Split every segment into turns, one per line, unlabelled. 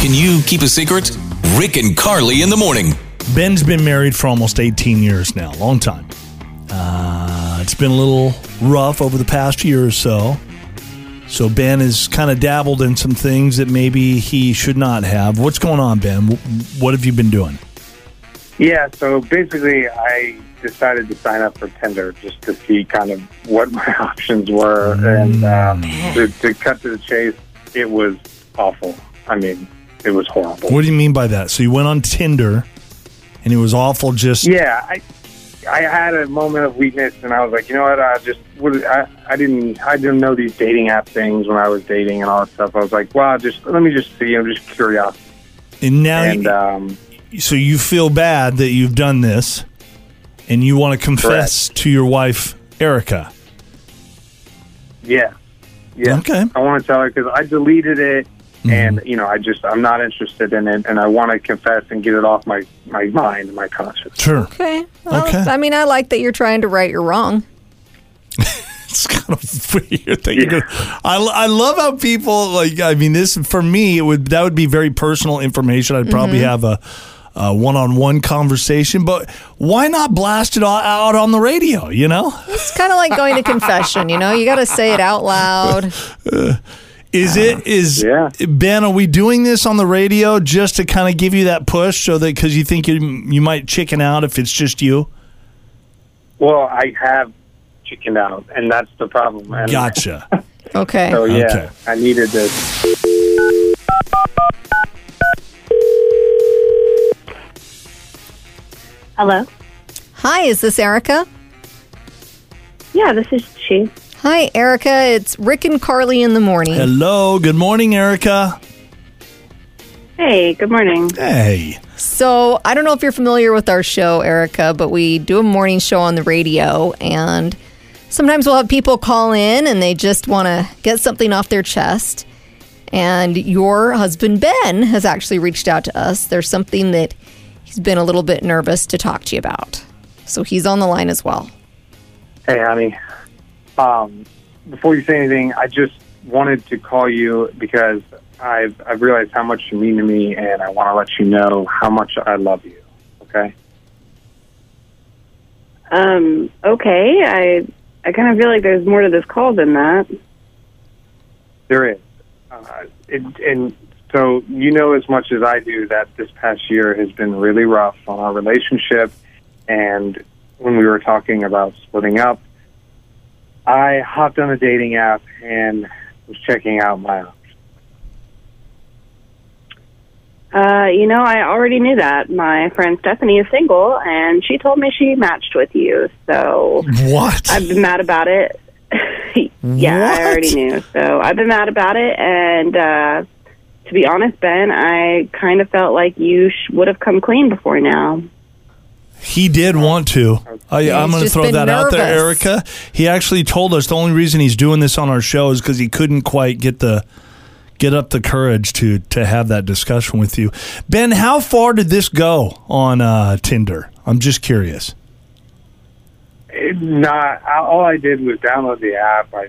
Can you keep a secret? Rick and Carly in the morning.
Ben's been married for almost 18 years now, long time. Uh, it's been a little rough over the past year or so. So Ben has kind of dabbled in some things that maybe he should not have. What's going on, Ben? Wh- What have you been doing?
Yeah, so basically, I decided to sign up for Tinder just to see kind of what my options were. And um, to, to cut to the chase, it was awful. I mean, it was horrible.
What do you mean by that? So you went on Tinder, and it was awful. Just
Yeah, I I had a moment of weakness, and I was like, you know what? I just what, I I didn't I didn't know these dating app things when I was dating and all that stuff. I was like, wow, just let me just see. I'm just curious.
and now,
And um,
so you feel bad that you've done this, and you want to confess to your wife, Erica.
yeah, yeah.
Okay.
I want to tell her because I deleted it, and you know, I just I'm not interested in it, and I want to confess and get it off my my mind, and my conscience.
Sure.
Okay. Well,
Okay.
I mean, I like that you're trying to right your wrong.
it's kind of weird thing to do. I, lo- I love how people like. I mean, this for me, it would that would be very personal information. I'd probably
Mm-hmm.
have a. A one-on-one conversation, but why not blast it all out on the radio? You know,
It's kind of like going to confession, you know? You got to say it out loud.
is it is
Yeah.
Ben? Are we doing this on the radio just to kind of give you that push, so that because you think you you might chicken out if it's just you?
Well, I have chickened out, and that's the problem. And
Gotcha.
Okay.
So yeah,
Okay.
I needed this.
Hello.
Hi, is this Erica?
Yeah, this is she.
Hi, Erica. It's Rick and Carly in the morning.
Hello, good morning, Erica.
Hey, good morning.
Hey,
So, I don't know if you're familiar with our show, Erica, but we do a morning show on the radio. And sometimes we'll have people call in and they just want to get something off their chest. And your husband, Ben, has actually reached out to us. There's something that he's been a little bit nervous to talk to you about. So, he's on the line as well.
Hey, honey. Um, before you say anything, I just wanted to call you because I've I've realized how much you mean to me, and I want to let you know how much I love you. Okay.
Um, okay, I I kind of feel like there's more to this call than that.
There is. Uh, it, and so you know as much as I do that this past year has been really rough on our relationship. And when we were talking about splitting up, I hopped on a dating app and was checking out my options.
Uh, you know, I already knew that. My friend Stephanie is single, and she told me she matched with you. So
what?
I've been mad about it. yeah, I already
What?
knew. So I've been mad about it, and uh, to be honest, Ben, I kind of felt like you sh- would have come clean before now.
He did want to. I, I'm going
he's
to
just
throw
been
that out there,
nervous.
Erica. He actually told us the only reason he's doing this on our show is because he couldn't quite get the get up the courage to to have that discussion with you. Ben, how far did this go on uh, Tinder? I'm just curious.
It, not all I did was download the app. I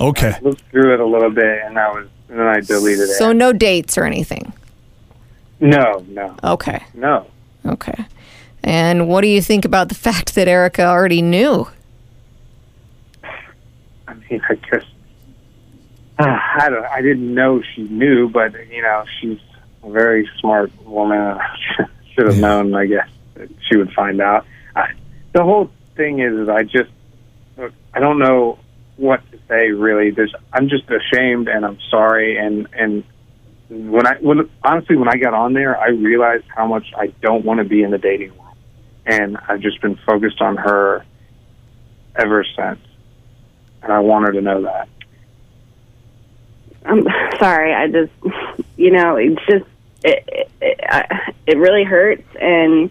Okay,
looked through it a little bit, and I was and then I deleted
So,
it.
no dates or anything.
No, no,
Okay.
no.
Okay. And what do you think about the fact that Erica already knew?
I mean, I guess uh, I don't. I didn't know she knew, but you know, she's a very smart woman. I should have known. I guess that she would find out. I, the whole thing is, is I just I don't know what to say really. There's I'm just ashamed and I'm sorry and and when I when honestly when I got on there, I realized how much I don't want to be in the dating world, and I've just been focused on her ever since and I want her to know that.
I'm sorry. I just, you know, it's just it it, it, I, it really hurts, and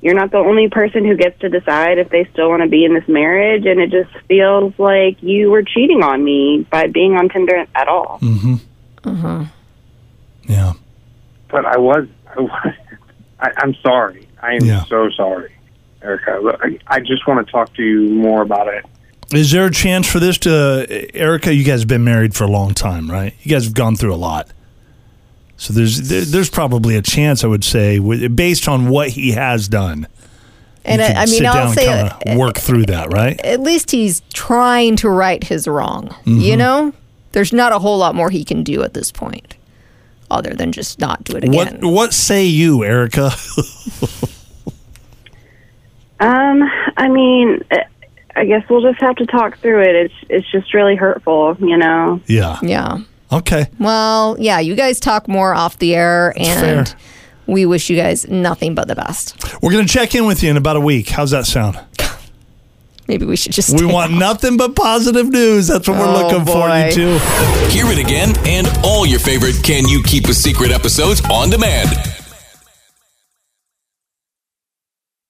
you're not the only person who gets to decide if they still want to be in this marriage. And it just feels like you were cheating on me by being on Tinder at all.
yeah,
But I was, I was I, I'm sorry. I am
Yeah.
so sorry, Erica. Look, I, I just want to talk to you more about it.
is there a chance for this to Erica? You guys have been married for a long time, right? You guys have gone through a lot. So there's there, there's probably a chance I would say with- based on what he has done.
And
you
I,
could
I
sit
mean,
down
I'll
and
say uh,
kinda work through that, right?
at least he's trying to right his wrong. You
Mm-hmm.
know, there's not a whole lot more he can do at this point, other than just not do it again.
What what say you, Erica?
Um, I mean, I- I guess we'll just have to talk through it. It's it's just really hurtful, you know.
yeah.
Yeah.
Okay.
Well, yeah. You guys talk more off the air, and
fair.
we wish you guys nothing but the best.
We're gonna check in with you in about a week. How's that sound?
Maybe we should just
We
stay
want
out.
nothing but positive news. That's what we're
Oh,
looking for. You
boy.
too.
Hear it again and all your favorite Can You Keep a Secret episodes on demand